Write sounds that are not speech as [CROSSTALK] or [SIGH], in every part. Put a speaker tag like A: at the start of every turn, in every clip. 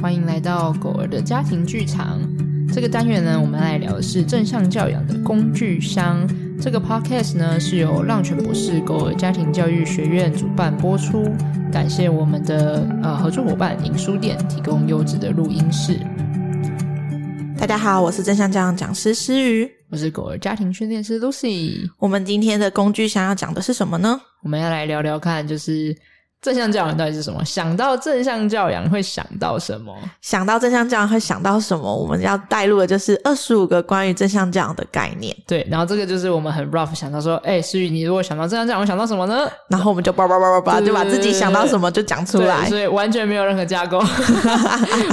A: 欢迎来到狗儿的家庭剧场。这个单元呢，我们来聊的是正向教养的工具箱。这个 podcast 呢是由浪犬博士狗儿家庭教育学院主办播出，感谢我们的呃合作伙伴影书店提供优质的录音室。
B: 大家好，我是正向教养讲师诗瑜。
A: 我是狗儿家庭训练师 Lucy，
B: 我们今天的工具箱要讲的是什么呢？
A: 我们要来聊聊看，就是正向教养到底是什么？想到正向教养会想到什么？
B: 想到正向教养会想到什么？我们要带入的就是二十五个关于正向教养的概念，
A: 对，然后这个就是我们很 rough 想到说，哎、思雨，你如果想到正向教养，会想到什么呢？
B: 然后我们就叭叭叭叭叭，
A: 对
B: 就把自己想到什么就讲出
A: 对
B: 来。
A: 所以完全没有任何架
B: [LAUGHS]
A: 构，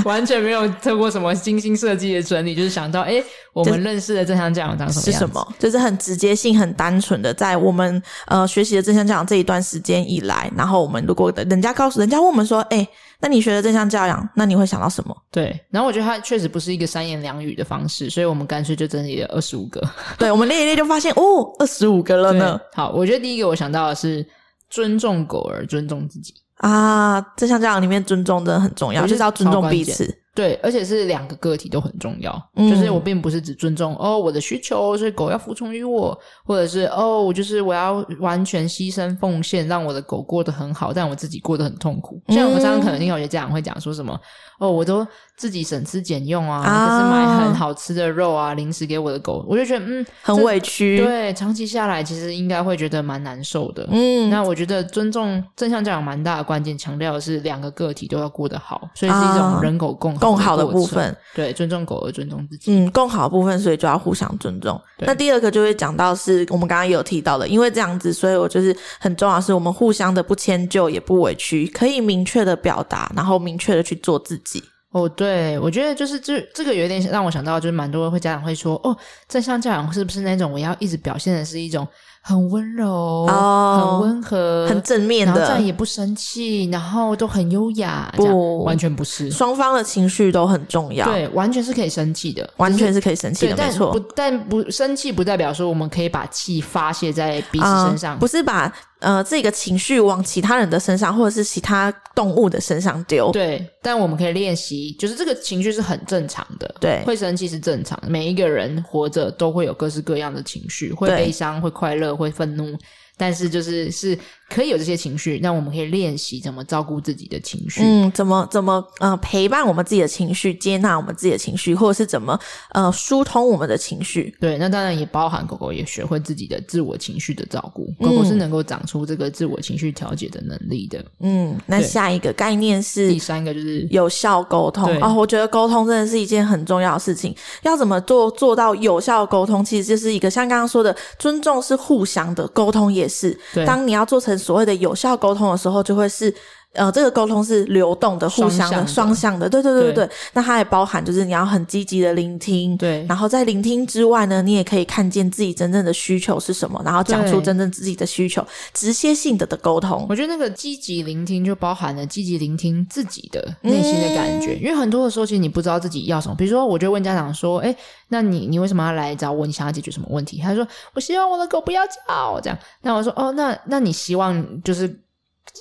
A: 完全没有透过什么精心设计的整理，就是想到，哎、我们认识的正向教养长什么
B: 是
A: 样？
B: 什？么？就是很直接性、很单纯的，在我们呃学习的正向教养这一段时间以来，然后我们如果人家告诉人家问我们说，哎、那你学的正向教养，那你会想到什么？
A: 对，然后我觉得它确实不是一个三言两语的方式，所以我们干脆就整理了二十五个。
B: 对我们列一列就发现，哦，二十五个了呢。
A: 好，我觉得第一个我想到的是尊重狗儿，尊重自己。
B: 啊，正向教养里面尊重真的很重要，
A: 我觉
B: 就
A: 得
B: 是要尊
A: 超
B: 重
A: 关
B: 彼
A: 键
B: 此。
A: 对，而且是两个个体都很重要。
B: 嗯
A: 就是我并不是只尊重哦我的需求，所以狗要服从于我，或者是哦我就是我要完全牺牲奉献，让我的狗过得很好，但我自己过得很痛苦。像
B: 嗯
A: 我们常常可能听有些家长会讲说什么哦，我都自己省吃俭用啊，
B: 啊
A: 可是买很好吃的肉啊零食给我的狗，我就觉得嗯
B: 很
A: 这
B: 委屈。，
A: 对，长期下来其实应该会觉得蛮难受的。
B: 嗯，
A: 那我觉得尊重正向教养蛮大的关键，强调的是两个个体都要过得好，所以是一种
B: 啊
A: 人狗共
B: 共
A: 好
B: 好的
A: 过
B: 部
A: 程。
B: 分，
A: 对，尊重狗而尊重自己。
B: 嗯，共好的部分，所以就要互相尊重。
A: 对
B: 那第二个就会讲到是我们刚刚也有提到的，因为这样子，所以我就是很重要，是我们互相的不迁就，也不委屈，可以明确的表达，然后明确的去做自己。
A: 哦，对，我觉得就是这这个有点让我想到，就是蛮多会家长会说，哦，正向教养是不是那种我要一直表现的是一种很温柔、
B: 哦
A: 很温和、
B: 很正面
A: 呃然后
B: 的
A: 这样也不生气，然后都很优雅，这样
B: 不
A: 完全不是，
B: 双方的情绪都很重要，
A: 对，完全是可以生气的，
B: 完全是可以生气
A: 对，
B: 的，没
A: 但
B: 错
A: 不。但不生气不代表说我们可以把气发泄在彼此
B: 啊
A: 身上，
B: 不是把呃这个情绪往其他人的身上，或者是其他动物的身上丢。
A: 对，但我们可以练习，就是这个情绪是很正常的，
B: 对
A: 会生气是正常的，每一个人活着都会有各式各样的情绪，会
B: 对
A: 悲伤，会快乐，会愤怒，但是就是是可以有这些情绪，那我们可以练习怎么照顾自己的情绪，
B: 嗯，怎么怎么呃陪伴我们自己的情绪，接纳我们自己的情绪，或者是怎么呃疏通我们的情绪。
A: 对，那当然也包含狗狗也学会自己的自我情绪的照顾，狗狗是能够长出这个自我情绪调节的能力的。
B: 嗯，那
A: 对
B: 下一个概念是
A: 第三个就是
B: 有效沟通
A: 对
B: 哦，我觉得沟通真的是一件很重要的事情。要怎么做做到有效沟通，其实就是一个像刚刚说的，尊重是互相的，沟通也是。
A: 对
B: 当你要做成所谓的有效沟通的时候，就会是。呃，这个沟通是流动的、互相的、
A: 双
B: 双向的，对对对对
A: 对
B: 对。那它也包含就是你要很积极的聆听，
A: 对
B: 然后在聆听之外呢，你也可以看见自己真正的需求是什么，然后讲出
A: 对
B: 真正自己的需求，直接性的的沟通。
A: 我觉得那个积极聆听就包含了积极聆听自己的内心的感觉，因为很多的时候其实你不知道自己要什么。比如说，我就问家长说：“哎，那你你为什么要来找我？你想要解决什么问题？”他说：“我希望我的狗不要叫。”这样，那我说：“哦，那那你希望就是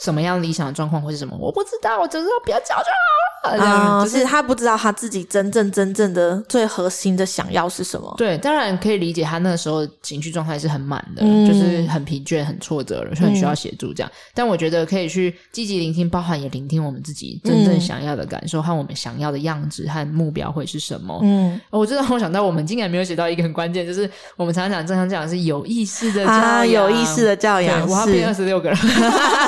A: 什么样理想的状况会是什么？我不知道，我只知道不要叫就好了。”这样、
B: 啊、
A: 就是
B: 是他不知道他自己真正真正的最核心的想要是什么。
A: 对，当然可以理解他那个时候情绪状态是很满的，
B: 嗯
A: 就是很疲倦、很挫折了，所以很需要协助这样。但我觉得可以去积极聆听，包含也聆听我们自己真正
B: 嗯
A: 想要的感受和我们想要的样子和目标会是什么。
B: 嗯，
A: 哦我知道，我想到我们竟然没有写到一个很关键，就是我们常常讲正常讲是有意识的教养，
B: 啊，有意识的教
A: 对
B: 养
A: 我要变二
B: 是
A: 十六个了。 [LAUGHS]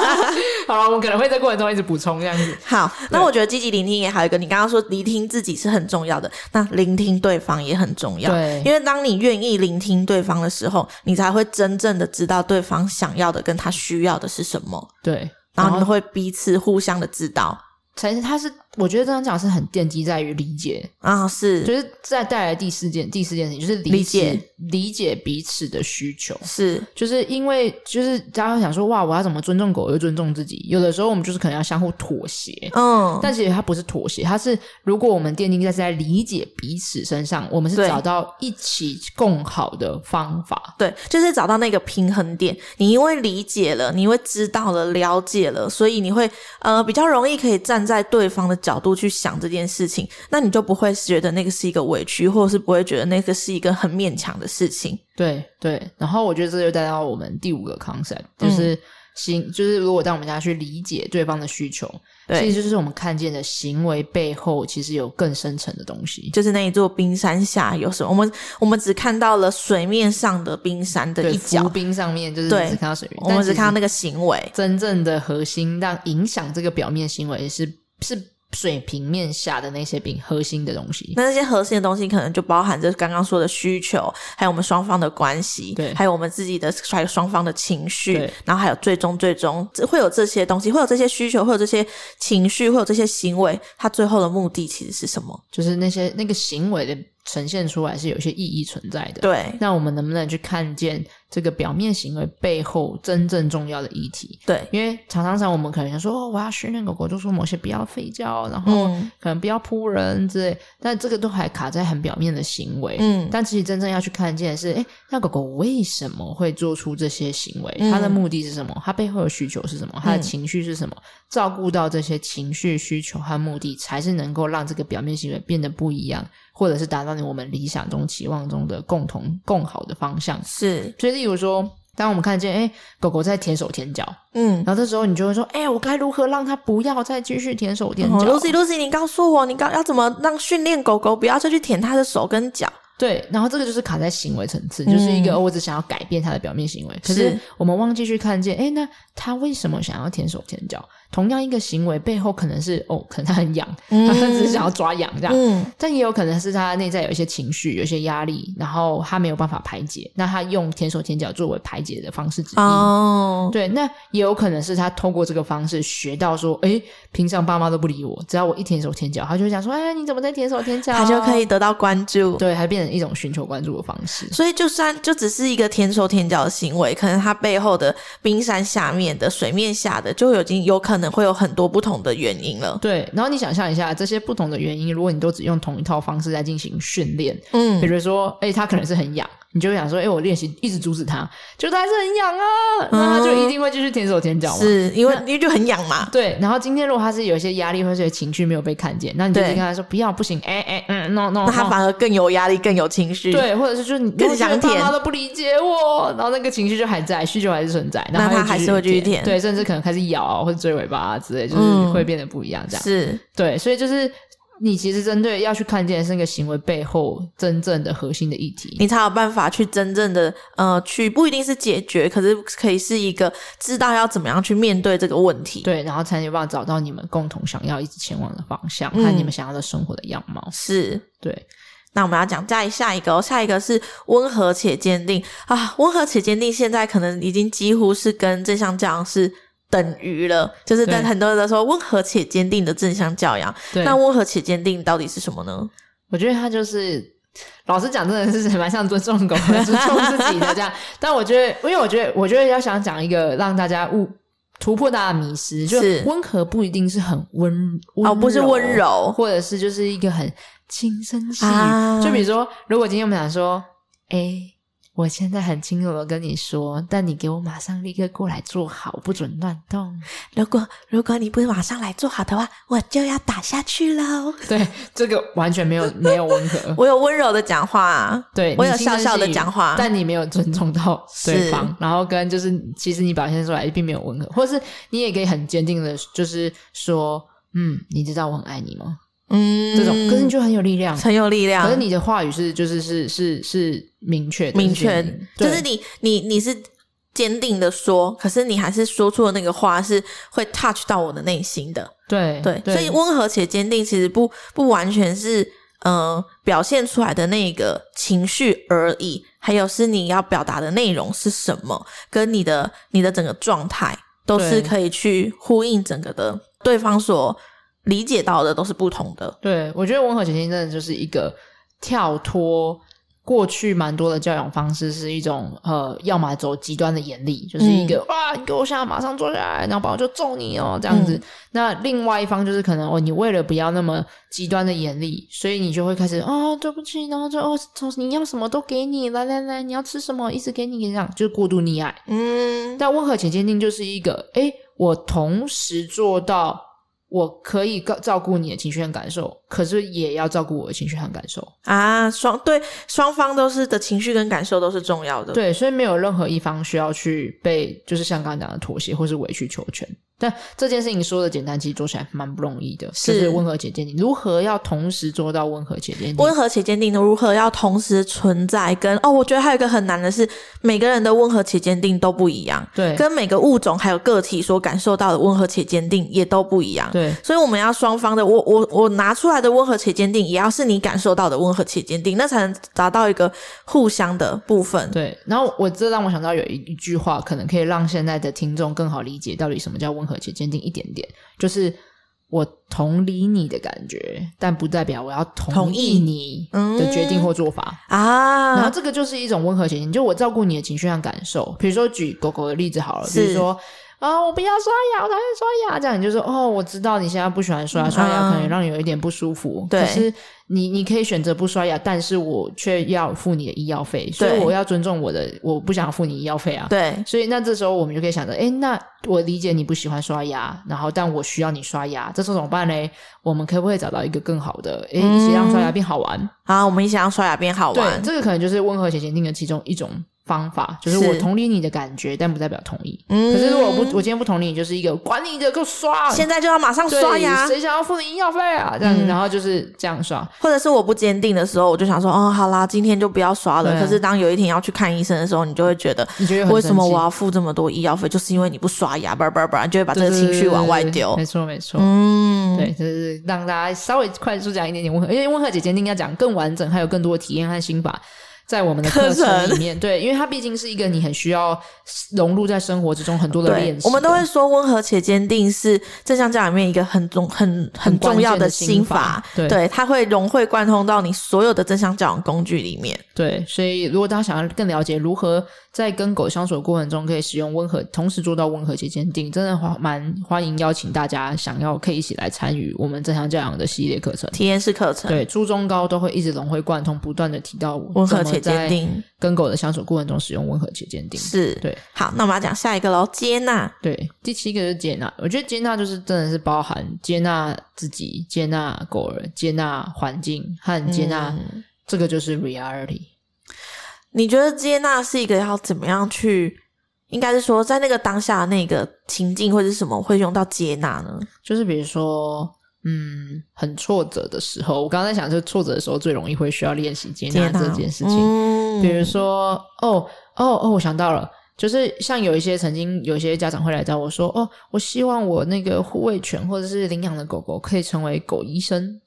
A: 好了，我们可能会在过程中一直补充这样
B: [LAUGHS]
A: 子。
B: 好。那我觉得积极聆听也还有一个，你刚刚说聆听自己是很重要的，那聆听对方也很重要。
A: 对
B: 因为当你愿意聆听对方的时候，你才会真正的知道对方想要的跟他需要的是什么，
A: 对，
B: 然后你们会彼此互相的知道
A: 才是他是，我觉得这样讲是很奠基在于理解
B: 啊，是
A: 就是再带来第四件第四件事情，就是
B: 理
A: 解
B: 解
A: 理解彼此的需求。
B: 是，
A: 就是因为就是大家会想说，哇，我要怎么尊重狗又尊重自己？有的时候我们就是可能要相互妥协。
B: 嗯，
A: 但其实它不是妥协，它是如果我们奠定在是在理解彼此身上，我们是
B: 对
A: 找到一起共好的方法。
B: 对，就是找到那个平衡点。你因为理解了，你因为知道了、了解了，所以你会呃比较容易可以站在对方的角度去想这件事情，那你就不会觉得那个是一个委屈，或者是不会觉得那个是一个很勉强的事情。
A: 对对，然后我觉得这就带到我们第五个 concept，就是
B: 嗯
A: 行，就是如果当我们家去理解对方的需求，其
B: 对，
A: 实就是我们看见的行为背后其实有更深层的东西。
B: 就是那一座冰山下有什么？我们我们只看到了水面上的冰山的
A: 对，
B: 一
A: 浮
B: 角，
A: 冰上面就是
B: 对
A: 只看到水面，
B: 我们只看到
A: 个
B: 那个行为。
A: 真正的核心，让影响这个表面行为是是水平面下的那些饼核心的东西。
B: 那那些核心的东西，可能就包含着刚刚说的需求，还有我们双方的关系，
A: 对
B: 还有我们自己的，还有双方的情绪
A: 对，
B: 然后还有最终最终这会有这些东西，会有这些需求，会有这些情绪，会有这些行为，它最后的目的其实是什么？
A: 就是那些那个行为的呈现出来是有一些意义存在的。，
B: 对
A: 那我们能不能去看见这个表面行为背后真正重要的议题？
B: 对，
A: 因为常常上我们可能说、哦、我要训练狗狗做出某些不要吠叫，然后
B: 嗯
A: 可能不要扑人之类，但这个都还卡在很表面的行为。
B: 嗯，
A: 但其实真正要去看见的是，哎，那狗狗为什么会做出这些行为？
B: 嗯
A: 它的目的是什么？它背后的需求是什么？它的情绪是什么？照顾到这些情绪、需求和目的，才是能够让这个表面行为变得不一样，或者是达到你我们理想中、期望中的共同共好的方向。
B: 是，
A: 所以，例如说，当我们看见，哎，狗狗在舔手舔脚，
B: 嗯。
A: 然后这时候你就会说，哎，我该如何让它不要再继续舔手舔脚？
B: 哦，Lucy Lucy，你告诉我，你告要怎么让训练狗狗不要再去舔它的手跟脚？
A: 对，然后这个就是卡在行为层次，就是一个、
B: 嗯
A: 哦我只想要改变他的表面行为，可
B: 是
A: 是我们忘记去看见，哎，那他为什么想要舔手舔脚？同样一个行为背后可能是哦，可能他很痒，
B: 嗯
A: 他只是想要抓痒这样，
B: 嗯，
A: 但也有可能是他内在有一些情绪、有一些压力，然后他没有办法排解，那他用舔手舔脚作为排解的方式之一。
B: 哦，
A: 对，那也有可能是他透过这个方式学到说，哎，平常爸妈都不理我，只要我一舔手舔脚，他就会想说，哎，你怎么在舔手舔脚？
B: 它就可以得到关注。
A: 对，还变成一种寻求关注的方式。
B: 所以，就算就只是一个舔手舔脚的行为，可能它背后的冰山下面的水面下的，就已经有可能会有很多不同的原因了。
A: 对，然后你想象一下这些不同的原因，如果你都只用同一套方式在进行训练，比
B: 嗯，
A: 如说，哎、他可能是很痒，你就会想说，哎、我练习一直阻止他，就他还是很痒啊，那他就一定会继续舔手舔脚嘛。
B: 嗯是因为因为就很痒嘛。
A: 对，然后今天如果他是有一些压力或者情绪没有被看见，那你就
B: 对
A: 跟他说不要不行，哎、哎、嗯 no no，
B: 那他
A: no
B: 反而更有压力，更有情绪。，
A: 对，或者是就是你
B: 更
A: 我觉得
B: 想
A: 爸
B: 舔
A: 妈都不理解我，然后那个情绪就还在，需求还是存在，然
B: 那
A: 后
B: 他还是会继续舔
A: 对，甚至可能开始咬啊或者追尾巴啊之类，就是
B: 嗯
A: 会变得不一样这样。
B: 是
A: 对，所以就是你其实针对要去看见的是那个行为背后真正的核心的议题。
B: 你才有办法去真正的呃去，不一定是解决，可是可以是一个知道要怎么样去面对这个问题。
A: 对，然后才有办法找到你们共同想要一直前往的方向，
B: 嗯
A: 和你们想要的生活的样貌。
B: 是，
A: 对，
B: 那我们要讲下一下一个、哦，下一个是温和且坚定啊，温和且坚定现在可能已经几乎是跟正向教养是等于了，就是
A: 对
B: 但很多人都说温和且坚定的正向教养，
A: 对，
B: 那温和且坚定到底是什么呢？
A: 我觉得他就是。老实讲，真的是蛮像尊重狗和 [LAUGHS] 尊重自己的这样。但我觉得，因为我觉得，我觉得要想讲一个让大家误突破大家的迷失，就是温和不一定是很温温
B: 哦，不是温柔，
A: 或者是就是一个很轻声细语。
B: 啊
A: 就比如说，如果今天我们想说，哎、我现在很轻柔的跟你说，但你给我马上立刻过来坐好，不准乱
B: [LAUGHS]
A: 动。
B: 如果如果你不马上来做好的话，我就要打下去喽。。
A: 对，这个完全没有没有温和
B: [LAUGHS] 我有温柔的讲话、啊，
A: 对
B: 我有
A: 你轻声
B: 笑笑地
A: 细语
B: 讲话
A: 但你没有尊重到对
B: 是
A: 方，然后跟就是其实你表现出来并没有温和，或是你也可以很坚定的，就是说，嗯，你知道我很爱你吗？
B: 嗯，
A: 这种，可是你就很有力量，
B: 很有力量。
A: 可是你的话语是就是是是是明确的，
B: 明确
A: 是你，
B: 就
A: 对
B: 是你你你是坚定的说，可是你还是说出的那个话是会 touch 到我的内心的，
A: 对
B: 对，所以温和且坚定其实不不完全是呃表现出来的那个情绪而已，还有是你要表达的内容是什么，跟你的你的整个状态都
A: 对
B: 是可以去呼应整个的对方所理解到的都是不同的，
A: 对我觉得温和前进真的就是一个跳脱过去蛮多的教养方式，是一种呃，要么走极端的严厉，就是一
B: 嗯
A: 个、哇，你给我现在马上坐下来，然后不然我就揍你哦这样子。
B: 嗯
A: 那另外一方就是可能哦，你为了不要那么极端的严厉，所以你就会开始哦，对不起，然后就哦，从你要什么都给你，来来来，你要吃什么一直给你，这样就是过度溺爱。
B: 嗯，
A: 但温和且坚定就是一个，诶，我同时做到我可以照照顾你的情绪和感受，可是也要照顾我的情绪和感受。
B: 啊，双对双方都是的情绪跟感受都是重要的。，
A: 对，所以没有任何一方需要去被，就是像刚刚讲的妥协或是委曲求全。但这件事情说的简单，其实做起来蛮不容易的，就是温和且坚定。如何要同时做到温和且坚定
B: 温？和且坚定的如何要同时存在跟哦，我觉得还有一个很难的是，每个人的温和且坚定都不一样，
A: 对，
B: 跟每个物种还有个体所感受到的温和且坚定也都不一样。
A: 对，
B: 所以我们要双方的，我我我拿出来的温和且坚定，也要是你感受到的温和且坚定，那才能达到一个互相的部分。
A: 对，然后我这让我想到有一一句话，可能可以让现在的听众更好理解到底什么叫温和且坚定一点点，就是我同理你的感觉，但不代表我要同
B: 同
A: 意
B: 意嗯
A: 你的决定或做法。然后
B: 啊，
A: 这个就是一种温和前进，就我照顾你的情绪和感受。比如说举狗狗的例子好了，比如
B: 是
A: 说啊、我不要刷牙，我讨厌刷牙，这样你就说哦，我知道你现在不喜欢刷牙，刷牙可能让你有一点不舒服。
B: 嗯对
A: 可是你你可以选择不刷牙，但是我却要付你的医药费，所以
B: 对
A: 我要尊重我的，我不想付你医药费啊。
B: 对
A: 所以那这时候我们就可以想着，哎，那我理解你不喜欢刷牙，然后但我需要你刷牙，这时候怎么办嘞？我们可不可以找到一个更好的，哎，
B: 嗯
A: 一起让刷牙变好玩？
B: 啊，我们一起让刷牙变好玩
A: 对，。这个可能就是温和且坚定的其中一种方法，就是
B: 是
A: 我同理你的感觉，但不代表同意。
B: 嗯
A: 可是如果我不，我今天不同理你，就是一个管你的，给我刷，
B: 现在就要马上
A: 对
B: 刷牙，
A: 谁想要付你医药费啊？这样，
B: 嗯
A: 然后就是这样刷。
B: 或者是我不坚定的时候，我就想说，哦，好啦，今天就不要刷
A: 对
B: 了。
A: 啊
B: 可是当有一天要去看医生的时候，你就会觉得，
A: 你觉得很
B: 为什么
A: 生气
B: 我要付这么多医药费？就是因为你不刷牙，叭叭叭，你就会把这个
A: 对
B: 情绪往外
A: 对对
B: 丢
A: 没。错，没错。
B: 嗯，
A: 对，就是让大家稍微快速讲一点点温和，因为温和姐姐应该讲更完整，还有更多的体验和心法在我们的课
B: 课
A: 程
B: 程
A: 里面。对，因为它毕竟是一个你很需要融入在生活之中很多的
B: 对
A: 练，习的。
B: 我们都会说温和且坚定是正向教养里面一个很重、很很重要
A: 的
B: 心
A: 法
B: 法。，
A: 对
B: 对，它会融会贯通到你所有的正向教养工具里面。
A: 对，所以如果大家想要更了解如何在跟狗相处的过程中，可以使用温和，同时做到温和且坚定，真的欢蛮欢迎邀请大家想要可以一起来参与我们正向教养的系列课程。
B: 体验式课程，
A: 对，初中高都会一直融会贯通，不断的提到
B: 温
A: 温
B: 和且坚，定
A: 跟狗的相处过程中使用温和且坚定。
B: 是。
A: 对
B: 好，那我们要讲下一个喽，接纳。
A: 对，第七个就是接纳，我觉得接纳就是真的是包含接纳自己、接纳狗儿、接纳环境和接纳、
B: 嗯
A: 这个就是 reality。
B: 你觉得接纳是一个要怎么样去？应该是说，在那个当下的那个情境或者是什么会用到接纳呢？
A: 就是比如说，嗯，很挫折的时候，我刚刚在想，就是挫折的时候最容易会需要练习接
B: 接
A: 纳
B: 纳
A: 这件事情。
B: 嗯
A: 比如说，哦哦哦，我想到了。就是像有一些曾经有一些家长会来找我说，哦，我希望我那个护卫犬或者是领养的狗狗可以成为狗医生，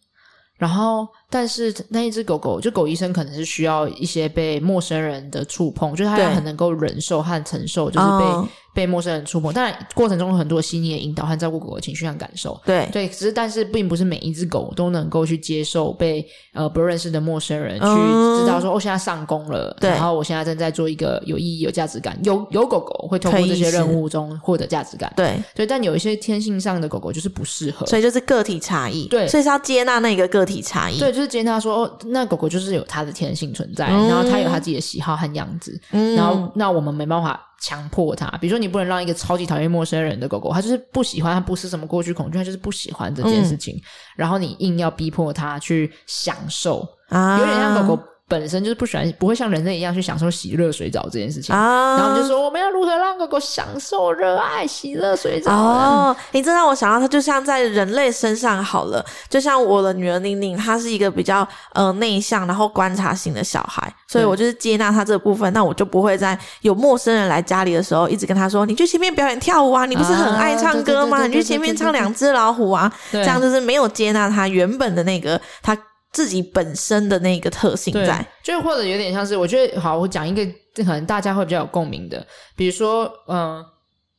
A: 然后但是那一只狗狗就狗医生可能是需要一些被陌生人的触碰，就是它要
B: 对
A: 很能够忍受和承受，就是被、
B: 哦
A: 被陌生人触碰。当然过程中有很多细腻的引导和照顾狗狗的情绪和感受，
B: 对
A: 对，只是但是并不是每一只狗都能够去接受被呃不认识的陌生人去
B: 嗯
A: 知道说，哦，现在上工了，
B: 对
A: 然后我现在正在做一个有意义、有价值感。有有狗狗会通过
B: 可以
A: 这些
B: 是
A: 任务中获得价值感，
B: 对，
A: 对，但有一些天性上的狗狗就是不适合。
B: 所以就是个体差异，
A: 对
B: 所以是要接纳那个个体差异，
A: 对，就是接纳说，哦，那狗狗就是有它的天性存在，
B: 嗯
A: 然后它有它自己的喜好和样子，
B: 嗯，
A: 然后那我们没办法强迫它。比如说，你不能让一个超级讨厌陌生人的狗狗，它就是不喜欢，它不是什么过去恐惧，它就是不喜欢这件事
B: 嗯
A: 情。然后你硬要逼迫它去享受，
B: 啊，
A: 有点像狗狗本身就是不喜欢，不会像人类一样去享受喜乐水澡这件事情。
B: 啊，
A: 然后我们就说，我们要如何让狗狗享受热爱喜乐水澡？
B: 哦，你这让我想到，它就像在人类身上好了，就像我的女儿玲玲，她是一个比较呃内向，然后观察型的小孩，所以
A: 对
B: 我就是接纳她这部分，那我就不会在有陌生人来家里的时候，一直跟她说：“你去前面表演跳舞啊，你不是很爱唱歌
A: 啊
B: 吗？
A: 对对对
B: 你去前面唱两只老虎啊。”
A: 对
B: 这样就是没有接纳她原本的那个她自己本身的那个特性
A: 对
B: 在。，
A: 就或者有点像是，我觉得好，我讲一个这可能大家会比较有共鸣的，比如说，嗯、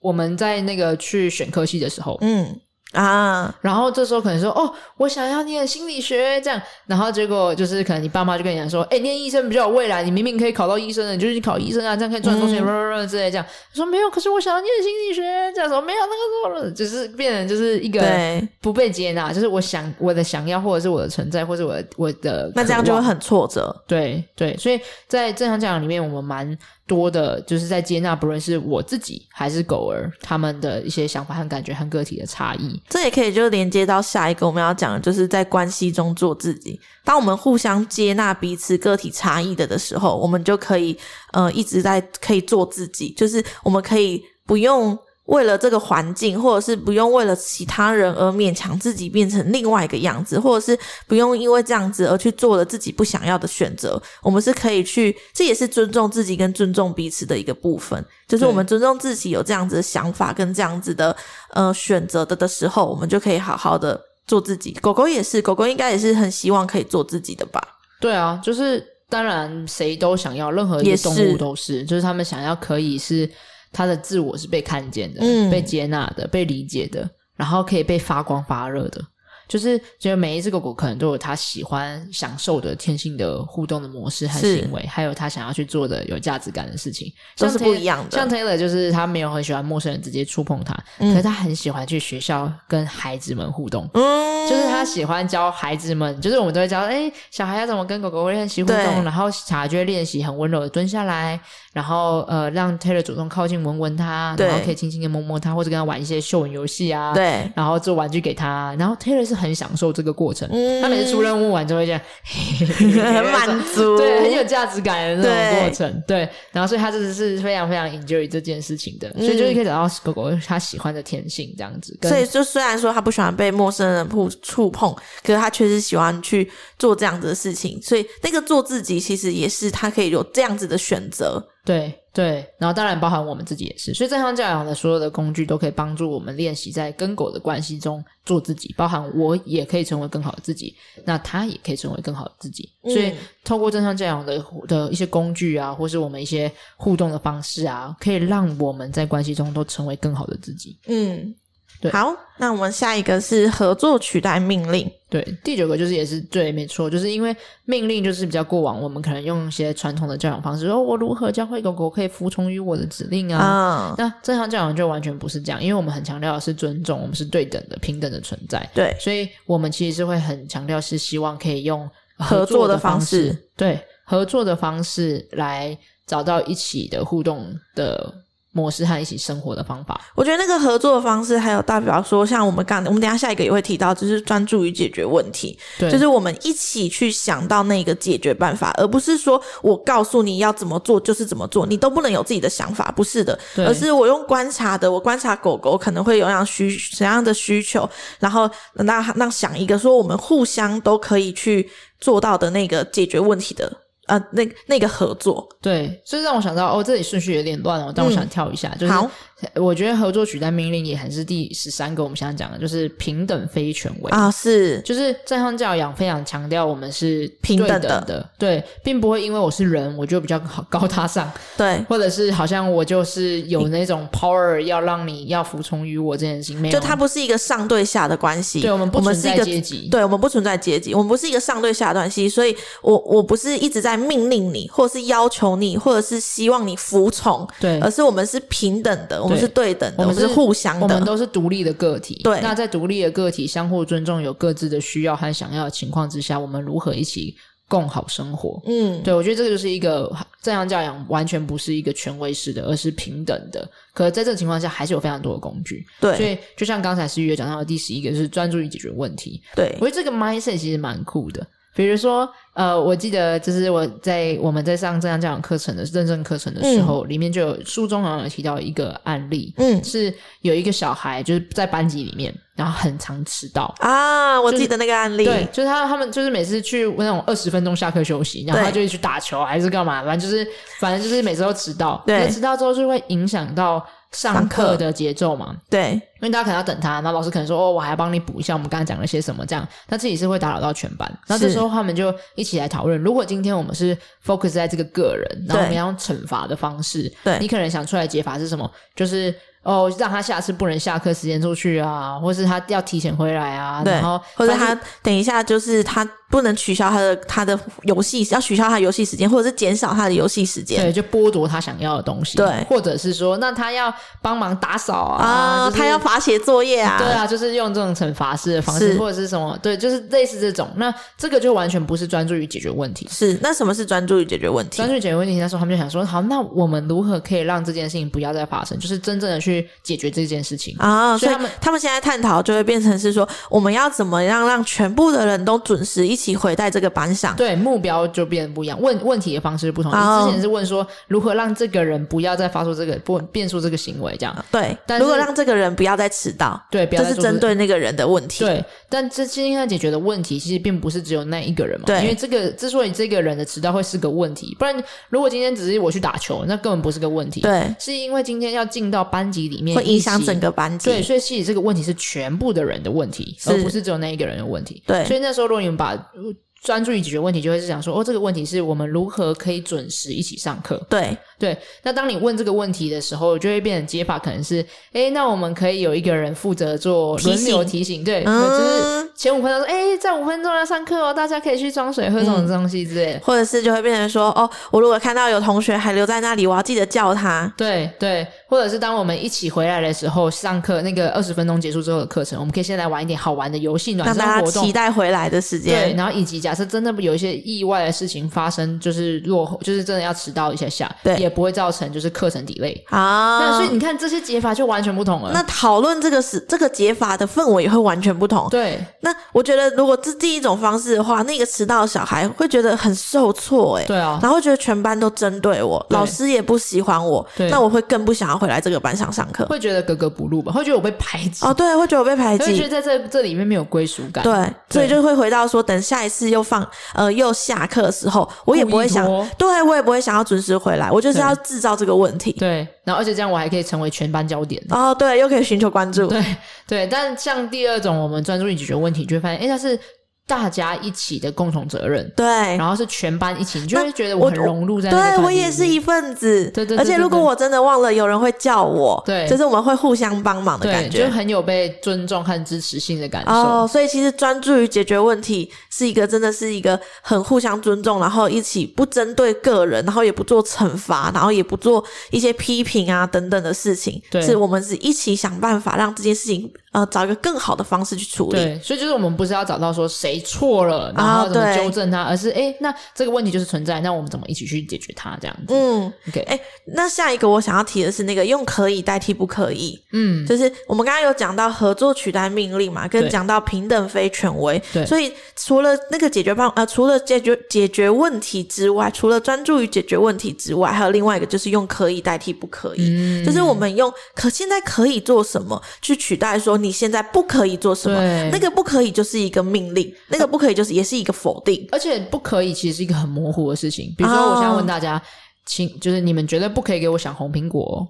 A: 我们在那个去选科系的时候，
B: 嗯啊，
A: 然后这时候可能说，哦，我想要念心理学这样，然后结果就是可能你爸妈就跟你讲说，哎，念医生比较有未来，你明明可以考到医生的，你就去考医生啊，这样可以赚很多钱，
B: 嗯
A: 什么之类这样。说没有，可是我想要念心理学，这样说没有那个什么，就是变成就是一个
B: 对，
A: 不被接纳，就是我想我的想要，或者是我的存在，或者我的我的
B: 那这样
A: 渴
B: 就
A: 望
B: 会很挫折。
A: 对对，所以在正常教养里面，我们蛮多的，就是在接纳不论是我自己还是狗儿他们的一些想法和感觉和个体的差异。
B: 这也可以就连接到下一个我们要讲的，就是在关系中做自己。当我们互相接纳彼此个体差异的的时候，我们就可以呃一直在可以做自己，就是我们可以不用为了这个环境，或者是不用为了其他人而勉强自己变成另外一个样子，或者是不用因为这样子而去做了自己不想要的选择。我们是可以去，这也是尊重自己跟尊重彼此的一个部分，就是我们尊重自己有这样子的想法跟这样子的呃选择的的时候，我们就可以好好的做自己。狗狗也是，狗狗应该也是很希望可以做自己的吧。
A: 对啊，就是当然谁都想要，任何一
B: 也
A: 个
B: 是
A: 动物都是，就是他们想要可以是他的自我是被看见的、
B: 嗯
A: 被接纳的、被理解的，然后可以被发光发热的。就是觉得每一只狗狗可能都有它喜欢、享受的天性的互动的模式和
B: 是
A: 行为，还有它想要去做的有价值感的事情，
B: 都
A: 像
B: 是
A: Taylor-
B: 不一样的
A: 像 Taylor 就是他没有很喜欢陌生人直接触碰他，
B: 嗯
A: 可是他很喜欢去学校跟孩子们互动。
B: 嗯
A: 就是他喜欢教孩子们，就是我们都会教，哎、小孩要怎么跟狗狗练习互
B: 对
A: 动，然后小孩就会练习很温柔的蹲下来，然后呃让 Taylor 主动靠近闻闻它，
B: 对
A: 然后可以轻轻的摸摸它，或者跟他玩一些嗅闻游戏啊，，
B: 对，
A: 然后做玩具给他，然后 Taylor 是很享受这个过程，
B: 嗯
A: 他每次出任务完就会这样，
B: [LAUGHS] 很 [LAUGHS] 满足，
A: 对， [LAUGHS] 很有价值感的那
B: 对
A: 种过程，对，然后所以他真的是非常非常 enjoy 这件事情的，
B: 嗯
A: 所以就是可以找到狗狗它喜欢的天性这样子，跟
B: 所以就虽然说他不喜欢被陌生人触触碰，可是他确实喜欢去做这样子的事情。所以那个做自己，其实也是他可以有这样子的选择。
A: 对对，然后当然包含我们自己也是，所以正向教养的所有的工具都可以帮助我们练习在跟狗的关系中做自己，包含我也可以成为更好的自己，那它也可以成为更好的自己。所以
B: 嗯
A: 透过正向教养的的一些工具啊，或是我们一些互动的方式啊，可以让我们在关系中都成为更好的自己。
B: 嗯，
A: 对
B: 好，那我们下一个是合作取代命令。
A: 对，第九个就是也是对，没错，就是因为命令就是比较过往，我们可能用一些传统的教养方式，说哦我如何教会狗狗可以服从于我的指令啊，
B: 嗯，
A: 那正常教养就完全不是这样，因为我们很强调的是尊重，我们是对等的、平等的存在，
B: 对，
A: 所以我们其实是会很强调是希望可以用
B: 合作的
A: 的
B: 方式
A: 式，对合作的方式来找到一起的互动的模式和一起生活的方法。
B: 我觉得那个合作的方式，还有代表说，像我们刚，我们等一下下一个也会提到，就是专注于解决问题。
A: 对，
B: 就是我们一起去想到那个解决办法，而不是说我告诉你要怎么做就是怎么做，你都不能有自己的想法，不是的，
A: 对
B: 而是我用观察的，我观察狗狗可能会有样需怎样的需求，然后那那想一个说我们互相都可以去做到的那个解决问题的呃那那个合作，
A: 对，所以让我想到哦，这里顺序有点乱哦，但我想跳一下，就是
B: 嗯好
A: 我觉得合作取代命令也还是第十三个我们想讲的，就是平等非权威
B: 啊，是
A: 就是正向教养非常强调我们是
B: 平等
A: 对
B: 的
A: 等的，对，并不会因为我是人我就比较好高大上，
B: 对。
A: 或者是好像我就是有那种 power 要让你要服从于我这件事情，没有，
B: 就它不是一个上对下的关系，
A: 对我们不
B: 我们
A: 存
B: 是一
A: 在
B: 个
A: 阶级，
B: 对我们不存在阶级，我们不是一个上对下的关系，所以我我不是一直在命令你，或者是要求你，或者是希望你服从，
A: 对
B: 而是我们是平等的，我们是对等的，我
A: 我
B: 们
A: 们
B: 是
A: 是
B: 互相
A: 我们
B: 的。
A: 都是独立的个体，
B: 对
A: 那在独立的个体相互尊重、有各自的需要和想要的情况之下，我们如何一起共好生活？
B: 嗯，
A: 对，我觉得这个就是一个正向教养，完全不是一个权威式的，而是平等的。可在这个情况下，还是有非常多的工具。所
B: 对
A: 以就像刚才思雨也讲到的第十一个，就是专注于解决问题。
B: 对
A: 我觉，得这个 mindset 其实蛮酷的。比如说，呃，我记得就是我在我们在上正向教养课程的认证课程的时候，里面就有书中好像有提到一个案例，
B: 嗯
A: 是有一个小孩就是在班级里面，然后很常迟到。
B: 啊，我记得那个案例，
A: 对，就是他他们就是每次去那种二十分钟下课休息，然后
B: 对
A: 他就一直去打球还是干嘛，反正就是反正就是每次都迟到，
B: 对
A: 那迟到之后就会影响到
B: 上
A: 上
B: 课
A: 课的节奏嘛，
B: 对
A: 因为大家可能要等他，然后老师可能说哦，我还要帮你补一下我们刚才讲了些什么这样，那自己是会打扰到全班。然后这时候他们就一起来讨论，如果今天我们是 focus 在这个个人，然后我们要用惩罚的方式，
B: 对
A: 你可能想出来解法是什么？就是哦，让他下次不能下课时间出去啊，或是他要提前回来啊，
B: 对
A: 然后，
B: 或者
A: 但是
B: 他等一下就是他不能取消他的他的游戏，要取消他的游戏时间，或者是减少他的游戏时间啊
A: 对，就剥夺他想要的东西，
B: 对
A: 或者是说，那他要帮忙打扫啊，
B: 啊，
A: 就是
B: 他要罚写作业啊，
A: 对啊，就是用这种惩罚式的方式，
B: 是
A: 或者是什么，对，就是类似这种。那这个就完全不是专注于解决问题，
B: 是那什么是专注于解决问题啊
A: 专？注于解决问题。那时候他们就想说，好，那我们如何可以让这件事情不要再发生？就是真正的去去解决这件事情。
B: 啊，
A: 所
B: 所
A: 以
B: 以
A: 他们
B: 他们现在探讨就会变成是说，我们要怎么样让全部的人都准时一起回在这个班上？
A: 对，目标就变得不一样，问问题的方式不同。
B: 哦
A: 你之前是问说如何让这个人不要再发出这个不变出这个行为，这样
B: 对，
A: 但是
B: 如果让这个人不要再迟到，
A: 对，不要
B: 这
A: 再
B: 是
A: 做这
B: 针对那个人的问题。
A: 对，但这今天要解决的问题，其实并不是只有那一个人嘛。
B: 对
A: 因为这个之所以这个人的迟到会是个问题，不然如果今天只是我去打球，那根本不是个问题。，
B: 对
A: 是因为今天要进到班级里面，
B: 会影响整
A: 个。
B: 个班级。
A: 对，所以其实这个问题是全部的人的问题，
B: 是
A: 而不是只有那一个人的问题。
B: 对
A: 所以那时候如果你们把呃专注于解决问题，就会是想说，哦，这个问题是我们如何可以准时一起上课。
B: 对
A: 对，那当你问这个问题的时候，就会变成解法可能是，诶，那我们可以有一个人负责做
B: 提
A: 轮流
B: 醒
A: 提醒，对，
B: 嗯
A: 就是前五分钟说，诶，在五分钟要上课哦，大家可以去装水喝这
B: 嗯
A: 种东西之类的。
B: 或者是就会变成说，哦，我如果看到有同学还留在那里，我要记得叫他。
A: 对对，或者是当我们一起回来的时候，上课那个二十分钟结束之后的课程，我们可以先来玩一点好玩的游戏、暖
B: 让大
A: 身
B: 家
A: 活
B: 期
A: 动。
B: 待回来的时
A: 对，
B: 间。
A: 然后以及假设真的有一些意外的事情发生，就是落后，就是真的要迟到一下下，
B: 对
A: 也不会造成就是课程 delay。
B: 啊，
A: 那所以你看这些解法就完全不同了。
B: 那讨论这个是这个解法的氛围也会完全不同。
A: 对，
B: 那我觉得，如果这第一种方式的话，那个迟到的小孩会觉得很受挫、欸，
A: 对啊
B: 然后觉得全班都针对我，
A: 对
B: 老师也不喜欢我，
A: 对
B: 那我会更不想要回来这个班上上课。
A: 会觉得格格不入吧，会觉得我被排挤，
B: 哦，对，会觉得我被排
A: 会觉
B: 挤
A: 得，在这这里面没有归属感。
B: 对，所以就会回到说，等下一次又放呃又下课的时候，我也不会想
A: 故意拖，
B: 对我也不会想要准时回来，我就是
A: 对
B: 要制造这个问题。
A: 对，然后而且这样我还可以成为全班焦点。
B: 哦，对，又可以寻求关注，
A: 对对，但像第二种，我们专注于解决问题，就会发现，哎，它是大家一起的共同责任，
B: 对，
A: 然后是全班一起，你就会觉得
B: 我
A: 我很融入在那个
B: 对
A: 团
B: 我
A: 体
B: 也
A: 里
B: 是
A: 面
B: 一份子，
A: 对对对
B: 而且
A: 对
B: 如果
A: 对
B: 我真的忘了，有人会叫我，
A: 对
B: 就是我们会互相帮忙的
A: 对，
B: 感
A: 就
B: 觉。
A: 很有被尊重和支持性的感受。
B: 哦，所以其实专注于解决问题是一个，真的是一个很互相尊重，然后一起不针对个人，然后也不做惩罚，然后也不做一些批评啊等等的事情。
A: 对
B: 是我们是一起想办法让这件事情呃找一个更好的方式去处理。
A: 对，所以就是我们不是要找到说谁错了，然后怎么
B: 哦对
A: 纠正他，而是哎，诶那这个问题就是存在，那我们怎么一起去解决它？这样子。
B: 嗯，
A: OK，
B: 哎、那下一个我想要提的是那个用可以代替不可以。
A: 嗯，
B: 就是我们刚刚有讲到合作取代命令嘛，跟
A: 对
B: 讲到平等非权威，
A: 对
B: 所以除了那个解决方呃，除了解决解决问题之外，除了专注于解决问题之外，还有另外一个就是用可以代替不可以，
A: 嗯
B: 就是我们用可现在可以做什么去取代说你现在不可以做什么
A: 对，
B: 那个不可以就是一个命令，那个不可以就是也是一个否定，
A: 而且不可以，其实是一个很模糊的事情。比如说，
B: 哦
A: 我现在问大家，请就是你们绝对不可以给我想红苹果、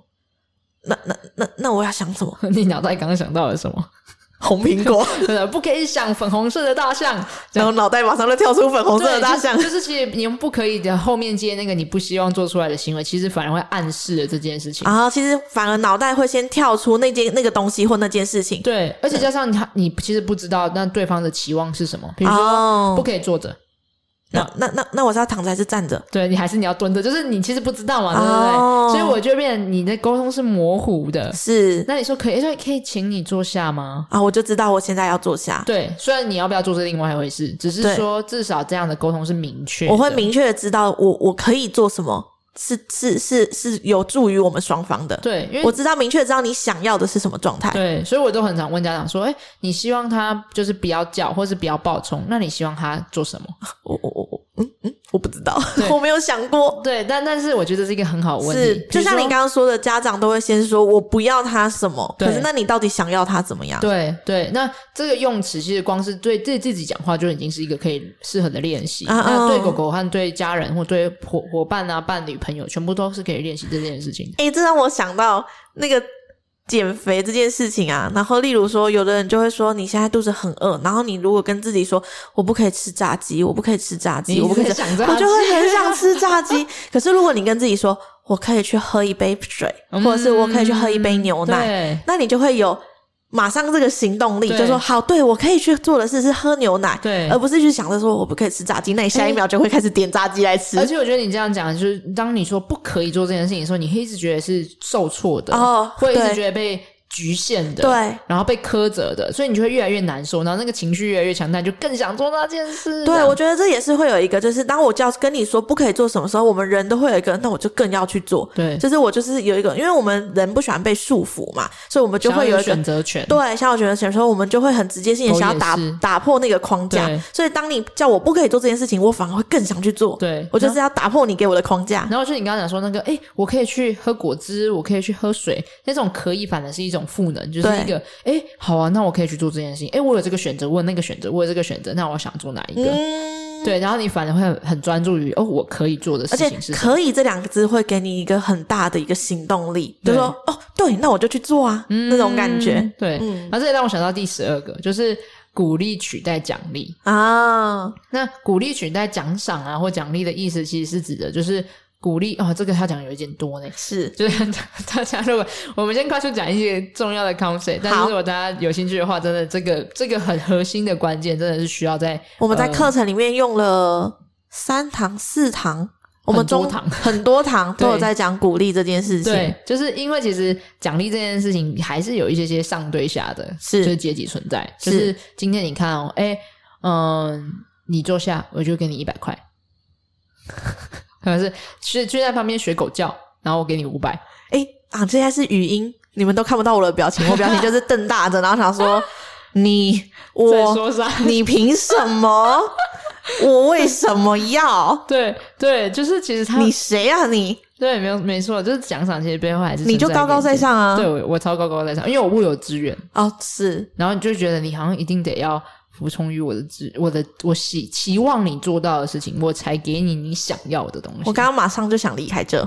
B: 那那那那我要想
A: [LAUGHS]
B: 什么？
A: 哦。你脑袋刚刚想到了什么？
B: 红苹果，
A: 对 [LAUGHS] 不可以想粉红色的大象，
B: 然后脑袋马上就跳出粉红色的大象
A: 对。就是就是其实你们不可以的后面接那个你不希望做出来的行为，其实反而会暗示了这件事情。
B: 然后其实反而脑袋会先跳出那件那个东西或那件事情。
A: 对，而且加上他，你其实不知道那对方的期望是什么，比如说不
B: 哦，
A: 可以坐着，
B: 那那那那我是要躺着还是站着？
A: 对你还是你要蹲着，就是你其实不知道嘛，对不对？
B: 哦
A: 所以我就变成你的沟通是模糊的。
B: 是
A: 那你说可以，说可以请你坐下吗？
B: 啊，我就知道我现在要坐下，
A: 对，虽然你要不要做是另外一回事，只是
B: 对
A: 说至少这样的沟通是明确的。
B: 我会明确的知道我我可以做什么，是是是是有助于我们双方的。
A: 对，因
B: 我
A: 为
B: 知道明确知道你想要的是什么状态。
A: 对，所以我都很常问家长说：“哎，你希望他就是不要叫，或是不要暴冲，那你希望他做什么
B: 我我我我嗯嗯，我不知道
A: 对，
B: 我没有想过？”。
A: 对，但但是我觉得这是一个很好的问
B: 是
A: 题，，
B: 就像你刚
A: 比如说。
B: 刚说的，家长都会先说我不要他什么，
A: 对
B: 可是那你到底想要他怎么样？
A: 对对，那这个用词其实光是对对自己讲话就已经是一个可以适合的练习。
B: 啊
A: 那对
B: 哦
A: 狗狗和对家人或对伙伙伴啊、伴侣、朋友，全部都是可以练习这件事情的。
B: 诶，这让我想到那个减肥这件事情啊。然后，例如说，有的人就会说你现在肚子很饿，然后你如果跟自己说我不可以吃炸鸡，我不可以吃炸鸡，我不可以
A: 很
B: 吃，
A: 想这
B: 我就会很想
A: 吃。
B: 吃
A: [LAUGHS]
B: 炸鸡。可是，如果你跟自己说我可以去喝一杯水，
A: 嗯
B: 或者是我可以去喝一杯牛奶，
A: 对
B: 那你就会有。马上这个行动力
A: 对
B: 就说好，对我可以去做的事是喝牛奶，
A: 对
B: 而不是去想着说我不可以吃炸鸡，那你下一秒就会开始点炸鸡来吃
A: 而。且我觉得你这样讲，就是当你说不可以做这件事情的时候，你会一直觉得是受挫的，
B: 哦
A: 会一直
B: 对
A: 觉得被局限的，
B: 对
A: 然后被苛责的，所以你就会越来越难受，然后那个情绪越来越强大，你就更想做那件事。这
B: 对，
A: 样
B: 我觉得这也是会有一个，就是当我叫跟你说不可以做什么时候，我们人都会有一个，那我就更要去做。
A: 对，
B: 就是我就是有一个，因为我们人不喜欢被束缚嘛，所以我们就
A: 想要
B: 会有一个
A: 选择权。
B: 对，像我觉得有时候我们就会很直接性的
A: 我
B: 想要
A: 也
B: 打
A: 是
B: 打破那个框架
A: 对，
B: 所以当你叫我不可以做这件事情，我反而会更想去做。
A: 对
B: 我就是要打破你给我的框架。
A: 然后就你刚刚讲说那个，哎、我可以去喝果汁，我可以去喝水，那种可以反而是一种赋能，就是
B: 对
A: 一个，哎、好啊，那我可以去做这件事情，哎、我有这个选择，我有那个选择，我有这个选择，那我想做哪一个？
B: 嗯，
A: 对，然后你反而会很很专注于哦，我可以做的事
B: 而且
A: 情是什么
B: 可以这两个字会给你一个很大的一个行动力，就
A: 对
B: 说哦，对，那我就去做啊，那种感觉
A: 嗯对，
B: 嗯
A: 然后这也让我想到第十二个，就是鼓励取代奖励。
B: 啊，
A: 那鼓励取代奖赏啊或奖励的意思，其实是指的就是鼓励哦，这个他讲有一点多呢。 [LAUGHS]
B: 是
A: 就是大家如果我们先快速讲一些重要的 concept，但是
B: 好
A: 如果大家有兴趣的话，真的这个这个很核心的关键，真的是需要在
B: 我们在
A: 呃
B: 课程里面用了三堂四堂，我们
A: 很多
B: 中
A: 堂
B: [LAUGHS] 很多堂都有在讲鼓励这件事情
A: 对，，就是因为其实奖励这件事情还是有一些些上对下的，
B: 是
A: 就是阶级存在。
B: 是
A: 就是今天你看哦，哎，嗯，你坐下，我就给你一百块， [LAUGHS] 或者是去去在旁边学狗叫，然后我给你五百。
B: 哎、啊，这些是语音，你们都看不到我的
A: [LAUGHS]
B: 表情，我表情就是瞪大着，然后想说 [LAUGHS] 你
A: 在
B: 我
A: 说啥？
B: [LAUGHS]
A: [LAUGHS]
B: 你凭什么？ [LAUGHS] 我为什么
A: [LAUGHS]
B: 要？
A: 对对，就是其实他
B: 你谁啊你？
A: 对没有没错，就是奖赏其实背后还是
B: 你就
A: 存在
B: 高
A: 一
B: 高
A: 点
B: 在上啊！
A: 对，我我超高高在上，因为我物有资源，
B: 哦，是
A: 然后你就觉得你好像一定得要服从于我的资，我的我希期望你做到的事情，我才给你你想要的东西。
B: 我刚刚马上就想离开这，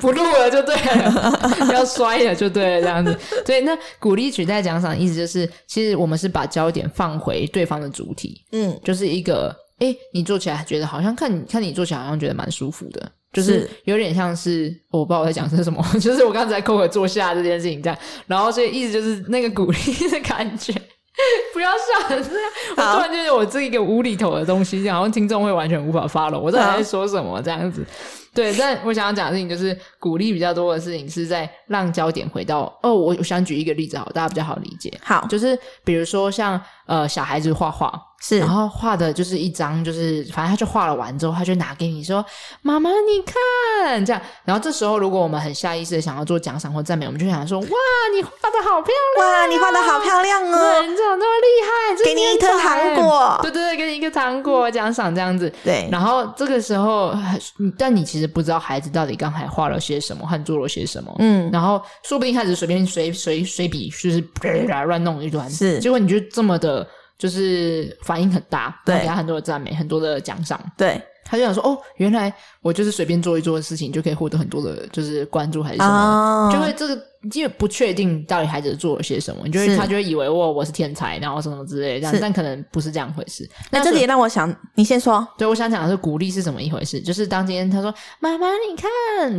A: 不录了就对了， [LAUGHS] 要摔了就对了，这样子。对，那鼓励取代奖赏的意思就是，其实我们是把焦点放回对方的主体，
B: 嗯，
A: 就是一个，诶，你做起来觉得好像看你看你做起来好像觉得蛮舒服的，就是
B: 是
A: 有点像是我不知道我在讲是什么， [LAUGHS] 就是我刚才扣个坐下这件事情这样，然后所以意思就是那个鼓励的感觉。 [LAUGHS] 不要笑成这样！我
B: 好
A: 突然觉得我这一个无厘头的东西，这样好像听众会完全无法 follow 我到底
B: 好
A: 在说什么这样子。对，但我想要讲的事情就是鼓励比较多的事情是在让焦点回到哦，我我想举一个例子好，大家比较好理解，
B: 好，
A: 就是比如说像呃小孩子画画，
B: 是
A: 然后画的就是一张，就是反正他就画了完之后，他就拿给你说：“妈妈，你看。”这样，然后这时候如果我们很下意识的想要做奖赏或赞美，我们就想说：“哇，你画的好漂啊
B: 哇，你画的好漂亮
A: 亮哦，
B: 哦，
A: 你怎么那么厉害？真
B: 给你一颗
A: 天才
B: 糖果
A: 对对对，给你一个糖果奖赏这样子。”
B: 对，
A: 然后这个时候，你但你其实不知道孩子到底刚才画了些什么和做了些什么，
B: 嗯，
A: 然后说不定他只是随便随随随笔，就是 [LAUGHS] 啪啦啦啦乱弄一段，
B: 是
A: 结果你就这么的，就是反应很大，
B: 对
A: 然后给他很多的赞美，很多的奖赏，
B: 对，
A: 他就想说，哦，原来我就是随便做一做的事情就可以获得很多的，就是关注还是什么。
B: 啊，
A: 就会这个，因为不确定到底孩子做了些什么，你就会
B: 是
A: 他就会以为哦我我是天才，然后什么什么之类的，但
B: 是
A: 但可能不是这样回事。
B: 那
A: 所
B: 这
A: 以
B: 里也让我想，你先说，
A: 对，我想讲的是鼓励是怎么一回事。就是当今天他说“妈妈，你看”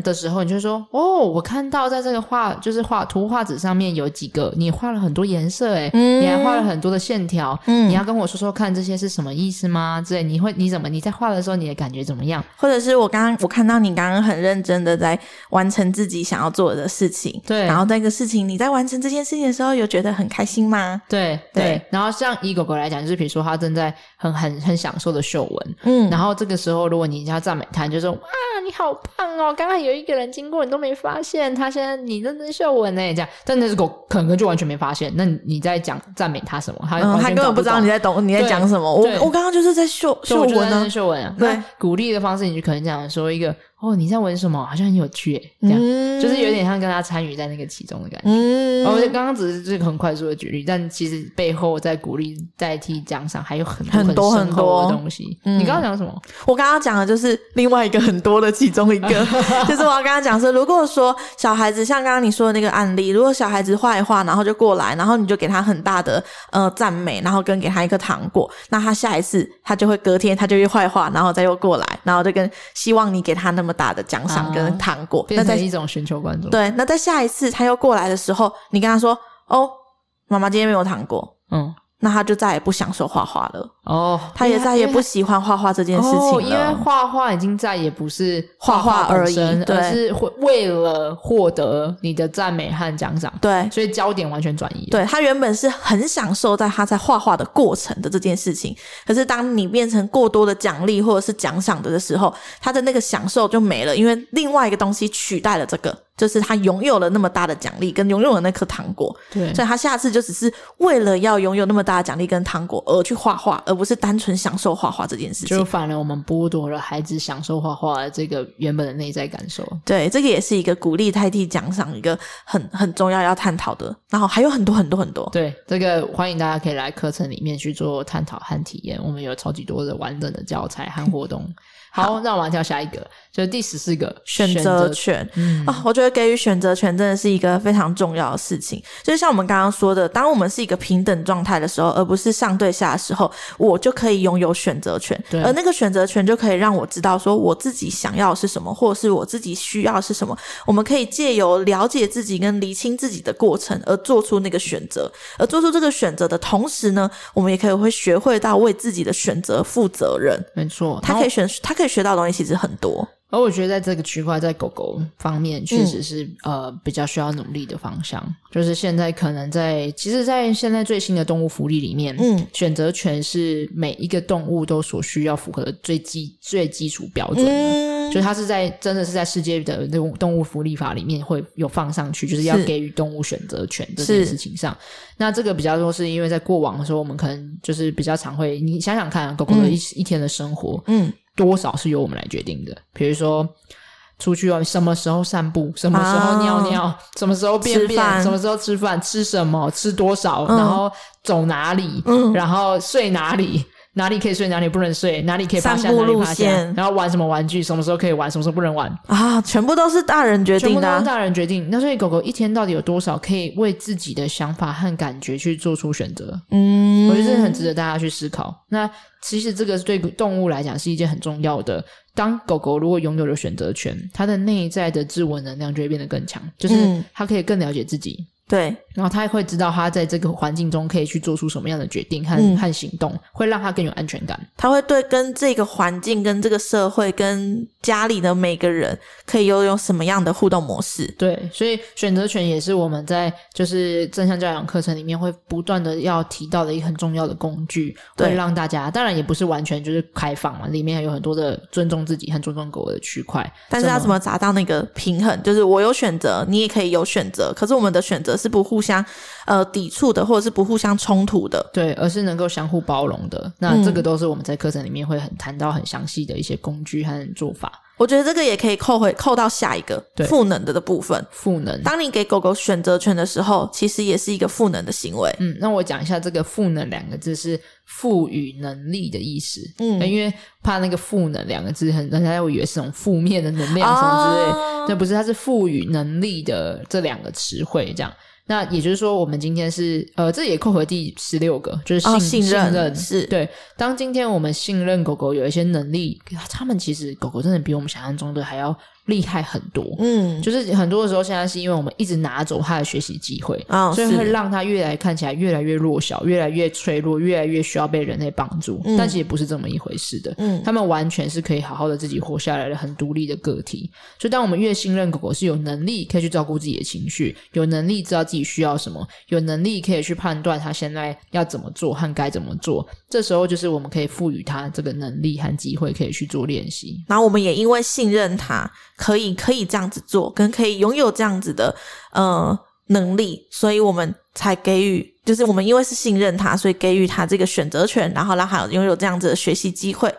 A: 的时候，你就说“哦，我看到在这个画，就是画图画纸上面有几个，你画了很多颜色、欸，
B: 嗯
A: 你还画了很多的线条，
B: 嗯
A: 你要跟我说说看这些是什么意思吗？之类，你会你怎么你在画的时候你的感觉怎么样？
B: 或者是我刚刚我看到你刚刚很认真的在完成自己想要做的事情，
A: 对
B: 然后那个事情你在完成这件事情的时候，有觉得很开心吗？
A: 对
B: 对
A: 然后像以狗狗来讲，就是比如说它正在很很很享受的嗅闻，
B: 嗯，
A: 然后这个时候，如果你要赞美他，你就说：“哇，你好棒哦！刚刚有一个人经过，你都没发现，他现在你认真嗅闻呢。”这样，但那只狗可能就完全没发现。那你你在讲赞美他什么？他
B: 嗯，
A: 完
B: 他
A: 全
B: 根本不
A: 不
B: 知道你在懂你在
A: 对
B: 讲什么。我
A: 对
B: 我刚刚就是在秀秀
A: 嗅闻
B: 文呢
A: 啊，，嗅闻啊。
B: 对
A: 那鼓励的方式，你就可能这样说一个：“哦，你在闻什么？好像很有趣耶。”这样、
B: 嗯
A: 就是有点像跟他参与在那个其中的感觉。
B: 嗯，
A: 我刚刚只是这个很快速的举例，但其实背后在鼓励代替奖赏还有很多
B: 很多
A: 深
B: 很
A: 厚
B: 多
A: 的东西。
B: 嗯
A: 你刚刚讲什么？
B: 我刚刚讲的就是另外一个很多的其
A: [LAUGHS]
B: 中一个， [LAUGHS] 就是我要跟他讲说，如果说小孩子像刚刚你说的那个案例，如果小孩子画一画，然后就过来，然后你就给他很大的呃赞美，然后跟给他一个糖果，那他下一次他就会隔天他就又画一画，然后再又过来，然后就跟希望你给他那么大的奖赏跟
A: 啊
B: 糖果，那
A: 变
B: 在
A: 成一种寻求关注。，
B: 对，那在下一次他又过来的时候，你跟他说哦，妈妈今天没有糖果，
A: 嗯，
B: 那他就再也不享受画画了，
A: 哦，
B: 他也再也不喜欢画画这件事情了。
A: 哦，因为画画已经再也不是
B: 画画
A: 本
B: 而已
A: 身
B: 对
A: 而是会为了获得你的赞美和奖赏，
B: 对
A: 所以焦点完全转移。，
B: 对他原本是很享受在他在画画的过程的这件事情，可是当你变成过多的奖励或者是奖赏的的时候，他的那个享受就没了，因为另外一个东西取代了这个，就是他拥有了那么大的奖励跟拥有了那颗糖果，
A: 对
B: 所以他下次就只是为了要拥有那么大的奖励跟糖果而去画画，而不是单纯享受画画这件事
A: 就
B: 情。
A: 反而我们剥夺了孩子享受画画的这个原本的内在感受。
B: 对，这个也是一个鼓励代替奖赏一个很很重要要探讨的，然后还有很多很多很多。
A: 对，这个欢迎大家可以来课程里面去做探讨和体验，我们有超级多的完整的教材和活动。好，那我们来跳下一个，就是第十四个
B: 选择
A: 择。
B: 权
A: 嗯
B: 啊、我觉得给予选择权真的是一个非常重要的事情。就是像我们刚刚说的，当我们是一个平等状态的时候，而不是上对下的时候，我就可以拥有选择权
A: 对，
B: 而那个选择权就可以让我知道说我自己想要的是什么，或者是我自己需要的是什么。我们可以借由了解自己跟厘清自己的过程，而做出那个选择。而做出这个选择的同时呢，我们也可以会学会到为自己的选择负责任。
A: 没错，
B: 他可以选，他可以学到的东西其实很多。
A: 而我觉得在这个区块，在狗狗方面，确
B: 嗯
A: 实是、呃比较需要努力的方向。就是现在可能在，其实，在现在最新的动物福利里面，
B: 嗯，
A: 选择权是每一个动物都所需要符合的最基最基础标准的。
B: 嗯，
A: 就它是在真的是在世界的动物动物福利法里面会有放上去，就是要
B: 是
A: 给予动物选择权这件
B: 是
A: 事情上。那这个比较多是因为在过往的时候，我们可能就是比较常会，你想想看啊、狗狗的一、一天的生活，
B: 嗯，
A: 多少是由我们来决定的。比如说出去外什么时候散步，什么时候尿尿，什么时候便
B: 啊吃饭嗯
A: 便，什么时候吃饭，吃什么，吃多少，然后走哪里，然后睡哪里。哪里可以睡，哪里不能睡，哪里可以趴下，
B: 散步
A: 哪里
B: 路
A: 趴下
B: 线，
A: 然后玩什么玩具，什么时候可以玩，什么时候不能玩，
B: 啊，全部都是大人决
A: 全
B: 定
A: 部
B: 的
A: 都
B: 啊、
A: 是大人决定。那所以狗狗一天到底有多少可以为自己的想法和感觉去做出选择？
B: 嗯，
A: 我觉得这很值得大家去思考。那其实这个对动物来讲是一件很重要的。当狗狗如果拥有了选择权，它的内在的自我能量就会变得更强，就是
B: 嗯
A: 它可以更了解自己，
B: 对，
A: 然后它会知道它在这个环境中可以去做出什么样的决定和、
B: 嗯
A: 和行动，会让它更有安全感。
B: 他会对跟这个环境、跟这个社会、跟家里的每个人，可以拥有什么样的互动模式？
A: 对，所以选择权也是我们在就是正向教养课程里面会不断的要提到的一个很重要的工具，
B: 对
A: 会让大家当然也不是完全就是开放嘛，里面有很多的尊重自己和尊重狗的区块，
B: 但是要怎么达到那个平衡？就是我有选择，你也可以有选择，可是我们的选择是不互相呃抵触的，或者是不互相冲突的。
A: 对，而是能够相互包容的。
B: 嗯
A: 那这个都是我们在课程里面会很谈到很详细的一些工具和做法。
B: 我觉得这个也可以扣回扣到下一个
A: 对
B: 赋能的的部分。
A: 赋能，
B: 当你给狗狗选择权的时候，其实也是一个赋能的行为。
A: 嗯，那我讲一下这个“赋能”两个字是赋予能力的意思。呃
B: 嗯
A: 因为怕那个“赋能”两个字很，人家会以为是种负面的能量什么之类的。
B: 哦
A: 那不是，它是赋予能力的这两个词汇，这样。那也就是说，我们今天是呃，这也扣合第十六个，就是信、
B: 哦信
A: 信
B: 任
A: 任
B: 是
A: 对。当今天我们信任狗狗有一些能力，他们其实狗狗真的比我们想象中的还要厉害很多。
B: 嗯，
A: 就是很多的时候，现在是因为我们一直拿走他的学习机会，
B: 哦
A: 所以
B: 是
A: 会让他越来看起来越来越弱小，越来越脆弱，越来越需要被人类帮助。
B: 嗯
A: 但其实不是这么一回事的。
B: 嗯
A: 他们完全是可以好好的自己活下来的，很独立的个体。所以，当我们越信任狗狗是有能力可以去照顾自己的情绪，有能力知道自己需要什么，有能力可以去判断它现在要怎么做和该怎么做，这时候就是我们可以赋予它这个能力和机会，可以去做练习。
B: 然后我们也因为信任他，可以可以这样子做，跟可以拥有这样子的呃能力，所以我们才给予，就是我们因为是信任他，所以给予他这个选择权，然后让他拥有这样子的学习机会。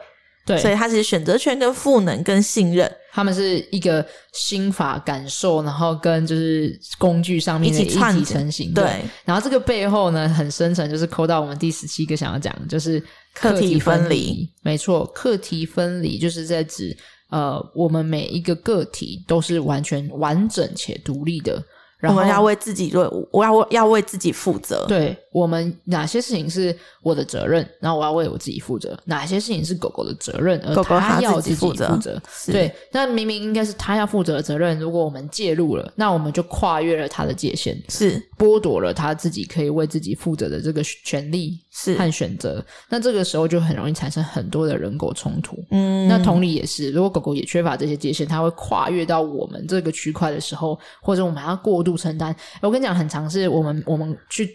A: 对，
B: 所以他其实选择权跟赋能跟信任
A: 他们是一个心法感受，然后跟就是工具上面的
B: 一
A: 一
B: 起串
A: 起成型。
B: 对
A: 然后这个背后呢，很深层就是扣到我们第十七个想要讲的，就是
B: 课题
A: 题
B: 分
A: 分
B: 离。
A: 没错，课题分离就是在指呃，我们每一个个体都是完全完整且独立的。然
B: 我
A: 后
B: 们要为自己为我要为要为自己负责。
A: 对，我们哪些事情是我的责任，然后我要为我自己负责；哪些事情是狗狗的责任，而
B: 狗狗
A: 它
B: 它
A: 要
B: 自己
A: 己负
B: 负责是
A: 对，那明明应该是它要负责的责任，如果我们介入了，那我们就跨越了它的界限，
B: 是
A: 剥夺了它自己可以为自己负责的这个权利
B: 是，
A: 和选择。那这个时候就很容易产生很多的人狗冲突。
B: 嗯
A: 那同理也是，如果狗狗也缺乏这些界限，它会跨越到我们这个区块的时候，或者我们还要过度承担。我跟你讲，很常是我们我们去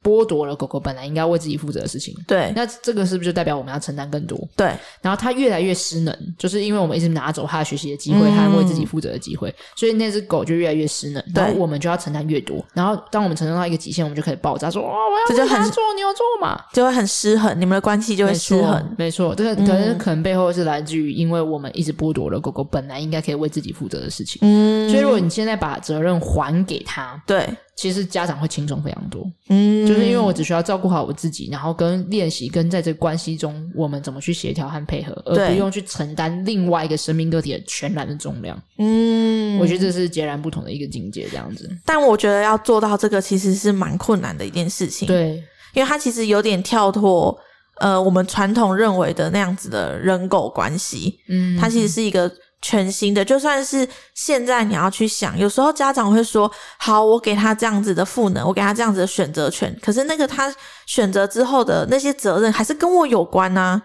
A: 剥夺了狗狗本来应该为自己负责的事情。
B: 对
A: 那这个是不是就代表我们要承担更多？
B: 对
A: 然后它越来越失能，就是因为我们一直拿走它的学习的机会
B: 嗯
A: 和为自己负责的机会，所以那只狗就越来越失能，
B: 对
A: 然后我们就要承担越多。然后当我们承担到一个极限，我们就开始爆炸，说：“哦，我
B: 这
A: 要
B: 就
A: 为它
B: 很
A: 做牛做马。”
B: 就会很失衡，你们的关系就会
A: 没错
B: 失衡，
A: 没错，这个可是
B: 嗯
A: 可能背后是来自于，因为我们一直剥夺了狗狗本来应该可以为自己负责的事情。
B: 嗯
A: 所以，如果你现在把责任还给他，
B: 对，
A: 其实家长会轻松非常多。
B: 嗯，
A: 就是因为我只需要照顾好我自己，然后跟练习跟在这关系中，我们怎么去协调和配合，而
B: 对
A: 不用去承担另外一个生命个体的全然的重量。
B: 嗯，
A: 我觉得这是截然不同的一个境界，这样子。
B: 但我觉得要做到这个其实是蛮困难的一件事情，，
A: 对，
B: 因为它其实有点跳脱呃我们传统认为的那样子的人狗关系，
A: 嗯，
B: 它其实是一个全新的。就算是现在你要去想，有时候家长会说：“好，我给他这样子的赋能，我给他这样子的选择权。”可是那个他选择之后的那些责任还是跟我有关呐、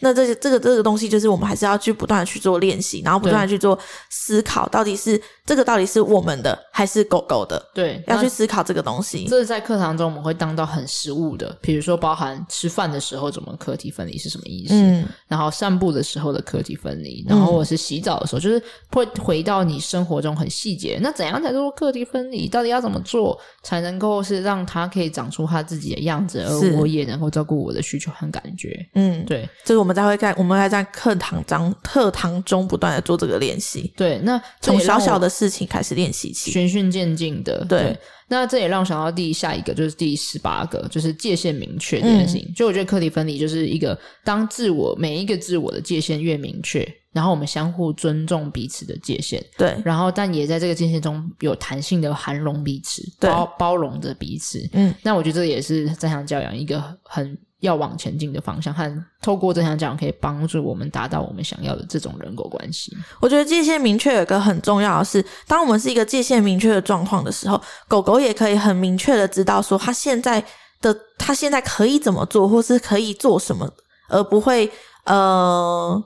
B: 那这些这个这个东西，就是我们还是要去不断的去做练习，然后不断的去做思考，到底是这个到底是我们的还是狗狗的，
A: 对，
B: 要
A: 那
B: 去思考这个东西。
A: 这在课堂中我们会当到很实务的，比如说包含吃饭的时候怎么课题分离是什么意思，
B: 嗯，
A: 然后散步的时候的课题分离，然后我是洗澡的时候，就是会回到你生活中很细节。那怎样才做课题分离？到底要怎么做才能够是让它可以长出它自己的样子，
B: 是
A: 而我也能够照顾我的需求和感觉？
B: 嗯，
A: 对
B: 就是我们在会在我们还在课堂中课堂中不断的做这个练习，
A: 对，那这
B: 从
A: 也让
B: 小
A: 我
B: 小的事情开始练习起。
A: 循序渐进的。
B: 对
A: 那这也让我想到第下一个，就是第十八个，就是界限明确这件事
B: 嗯
A: 情。就我觉得课题分离就是一个，当自我每一个自我的界限越明确，然后我们相互尊重彼此的界限，
B: 对，
A: 然后但也在这个界限中有弹性的涵容彼此，
B: 对
A: 包包容着彼此。
B: 嗯，
A: 那我觉得这也是正向教养一个很要往前进的方向，和透过正向教养可以帮助我们达到我们想要的这种人狗关系。
B: 我觉得界限明确有一个很重要的是，当我们是一个界限明确的状况的时候，狗狗也可以很明确的知道说它现在的它现在可以怎么做，或是可以做什么，而不会呃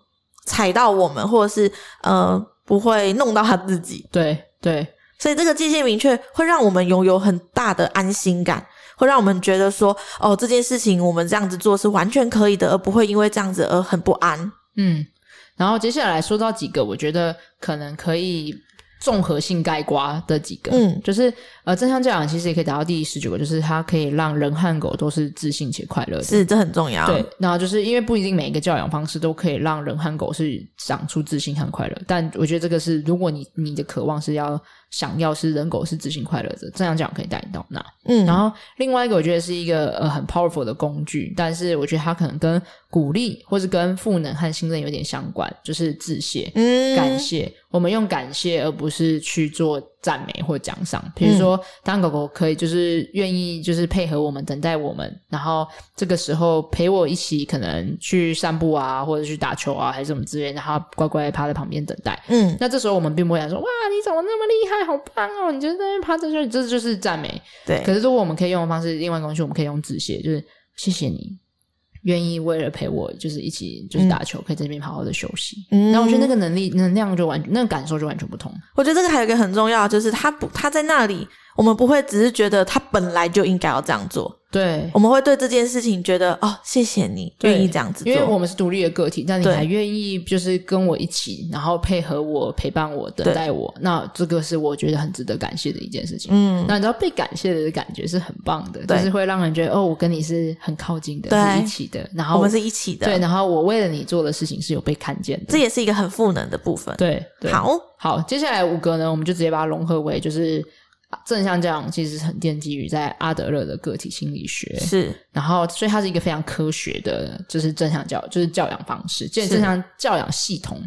B: 踩到我们，或者是呃不会弄到它自己。
A: 对对，
B: 所以这个界限明确会让我们拥有很大的安心感，会让我们觉得说，哦，这件事情我们这样子做是完全可以的，而不会因为这样子而很不安。
A: 嗯，然后接下来说到几个，我觉得可能可以综合性概括的几个，
B: 嗯
A: 就是呃，正向教养其实也可以达到第十九个，就是它可以让人和狗都是自信且快乐的。
B: 是，这啊很重要。
A: 对，，然后就是因为不一定每一个教养方式都可以让人和狗是长出自信和快乐，但我觉得这个是，如果你你的渴望是要想要是人狗是自信快乐的，正向教养可以带你到那。
B: 嗯，
A: 然后另外一个我觉得是一个呃很 powerful 的工具，但是我觉得它可能跟鼓励或是跟赋能和信任有点相关，就是致谢。
B: 嗯，
A: 感谢，我们用感谢而不是去做赞美或奖赏。比如说，当狗狗可以就是愿意就是配合我们，等待我们，然后这个时候陪我一起可能去散步啊，或者去打球啊，还是什么之类，然后乖乖地趴在旁边等待。
B: 嗯，
A: 那这时候我们并不会想说哇，你怎么那么厉害，好棒哦！你就在那边趴着就，这就是赞美。
B: 对，
A: 可是如果我们可以用的方式，另外一个东西我们可以用致谢，就是谢谢你愿意为了陪我，就是一起就是打球，可以在这边好好的休息。
B: 嗯
A: 然后我觉得那个能力能量就完，那个感受就完全不同。
B: 我觉得这个还有一个很重要，就是它不，它在那里，我们不会只是觉得它本来就应该要这样做，
A: 对
B: 我，们会对这件事情觉得，哦，谢谢你
A: 对
B: 愿意这样子做，
A: 因为我们是独立的个体，但你
B: 哦对
A: 还愿意就是跟我一起，然后配合我、陪伴我、等待我，那这个是我觉得很值得感谢的一件事情。
B: 嗯，
A: 那你知道被感谢的感觉是很棒的，就
B: 对
A: 是会让人觉得哦，我跟你是很靠近的，
B: 对
A: 是一起的，然后
B: 我们是一起的，
A: 对，，然后我为了你做的事情是有被看见的
B: 这，也是一个很赋能的部分。
A: 对，对
B: 好，
A: 好，接下来五个呢，我们就直接把它融合为就是啊正向教养，其实很奠基于在阿德勒的个体心理学，
B: 是，
A: 然后所以它是一个非常科学的，就是正向教就是教养方式，就是
B: 是
A: 正向教养系统。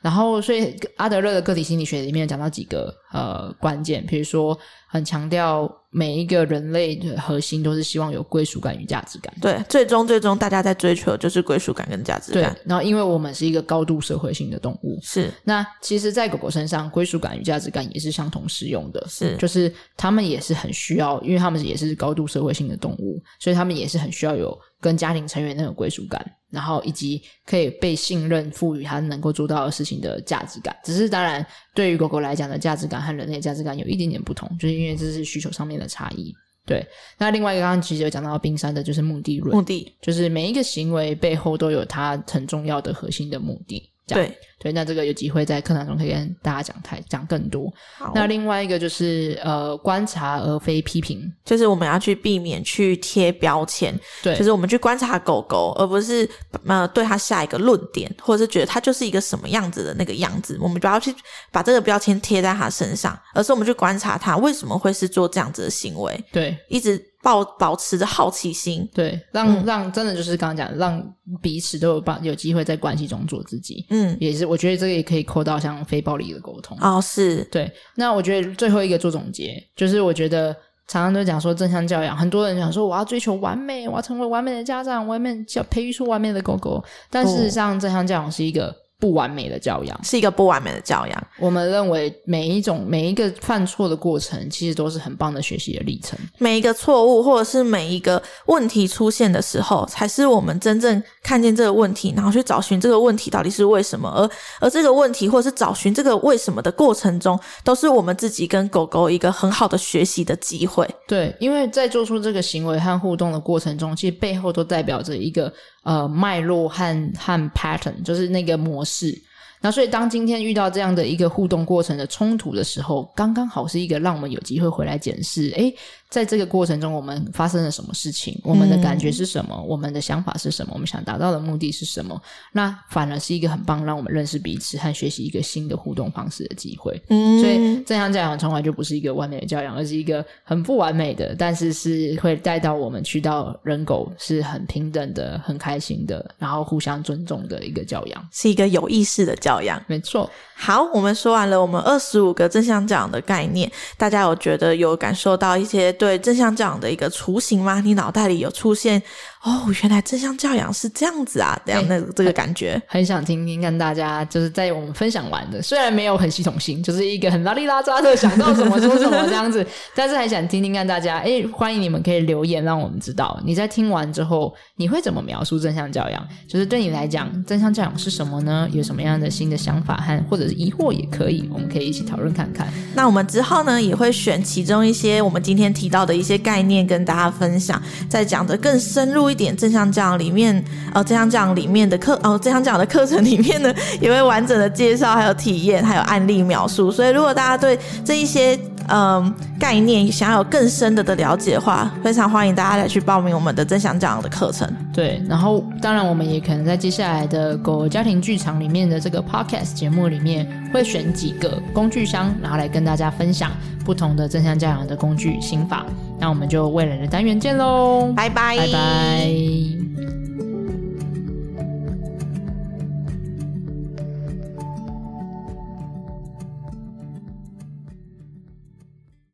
A: 然后所以阿德勒的个体心理学里面有讲到几个呃关键，比如说很强调每一个人类的核心都是希望有归属感与价值感。
B: 对，最终最终大家在追求的就是归属感跟价值
A: 对
B: 感，，
A: 然后因为我们是一个高度社会性的动物，
B: 是
A: 那其实，在狗狗身上，归属感与价值感也是相同适用的。
B: 是
A: 就是他们也是很需要，因为他们也是高度社会性的动物，所以他们也是很需要有跟家庭成员那种归属感，然后以及可以被信任赋予它能够做到的事情的价值感。只是当然，对于狗狗来讲的价值感和人类的价值感有一点点不同，就是因为这是需求上面的差异。对，那另外一个刚刚其实有讲到冰山的，就是目的论，
B: 目的。
A: 就是每一个行为背后都有它很重要的核心的目的。这样
B: 对，
A: 对，那这个有机会在课堂中可以跟大家讲太讲更多。
B: 好
A: 那另外一个就是呃，观察而非批评。
B: 就是我们要去避免去贴标签，
A: 对，
B: 就是我们去观察狗狗，而不是呃对它下一个论点，或者是觉得它就是一个什么样子的那个样子，我们不要去把这个标签贴在它身上，而是我们去观察它为什么会是做这样子的行为，
A: 对
B: 一直保保持着好奇心。
A: 对，让、
B: 嗯
A: 让真的就是刚刚讲，让彼此都有把有机会在关系中做自己，
B: 嗯，
A: 也是我觉得这个也可以扣到像非暴力的沟通。
B: 哦，是
A: 对，那我觉得最后一个做总结，就是我觉得常常都讲说正向教养，很多人讲说我要追求完美，我要成为完美的家长，完美教培育出完美的狗狗，但事
B: 哦
A: 实上正向教养是一个不完美的教养。
B: 是一个不完美的教养，
A: 我们认为每一种每一个犯错的过程，其实都是很棒的学习的历程。
B: 每一个错误或者是每一个问题出现的时候，才是我们真正看见这个问题，然后去找寻这个问题到底是为什么。而而这个问题或者是找寻这个为什么的过程中，都是我们自己跟狗狗一个很好的学习的机会。
A: 对，因为在做出这个行为和互动的过程中，其实背后都代表着一个呃脉络和和 pattern，就是那个模式。那所以，当今天遇到这样的一个互动过程的冲突的时候，刚刚好是一个让我们有机会回来检视：诶，在这个过程中，我们发生了什么事情？我们的感觉是什么？我们的想法是什么？我们想达到的目的是什么？那反而是一个很棒让我们认识彼此和学习一个新的互动方式的机会。
B: 嗯
A: 所以正向教养从来就不是一个完美的教养，而是一个很不完美的，但是是会带到我们去到人狗是很平等的、很开心的，然后互相尊重的一个教养。
B: 是一个有意识的教养。
A: 没错，
B: 好，我们说完了我们二十五个正向教养的概念，大家有觉得有感受到一些对正向教养的一个雏形吗？你脑袋里有出现哦，原来正向教养是这样子啊，这样的这个感觉。
A: 很想听听看大家就是在我们分享完的，虽然没有很系统性，就是一个很拉里拉扎的想到什么说什么这样子，但是还想听听看大家，诶，欢迎你们可以留言让我们知道你在听完之后你会怎么描述正向教养，就是对你来讲正向教养是什么呢？有什么样的新的想法和或者是疑惑也可以，我们可以一起讨论看看。
B: 那我们之后呢，也会选其中一些我们今天提到的一些概念跟大家分享，再讲的更深入一点。正向教养里面，呃，正向教养里面的课，哦，正向教养的课程里面呢，也会完整的介绍，还有体验，还有案例描述。所以，如果大家对这一些嗯、概念想要有更深的的了解的话，非常欢迎大家来去报名我们的正向教养的课程。
A: 对，然后当然我们也可能在接下来的狗家庭剧场里面的这个 podcast 节目里面，会选几个工具箱，然后来跟大家分享不同的正向教养的工具心法。那我们就未来的单元见喽，
B: 拜拜，
A: 拜拜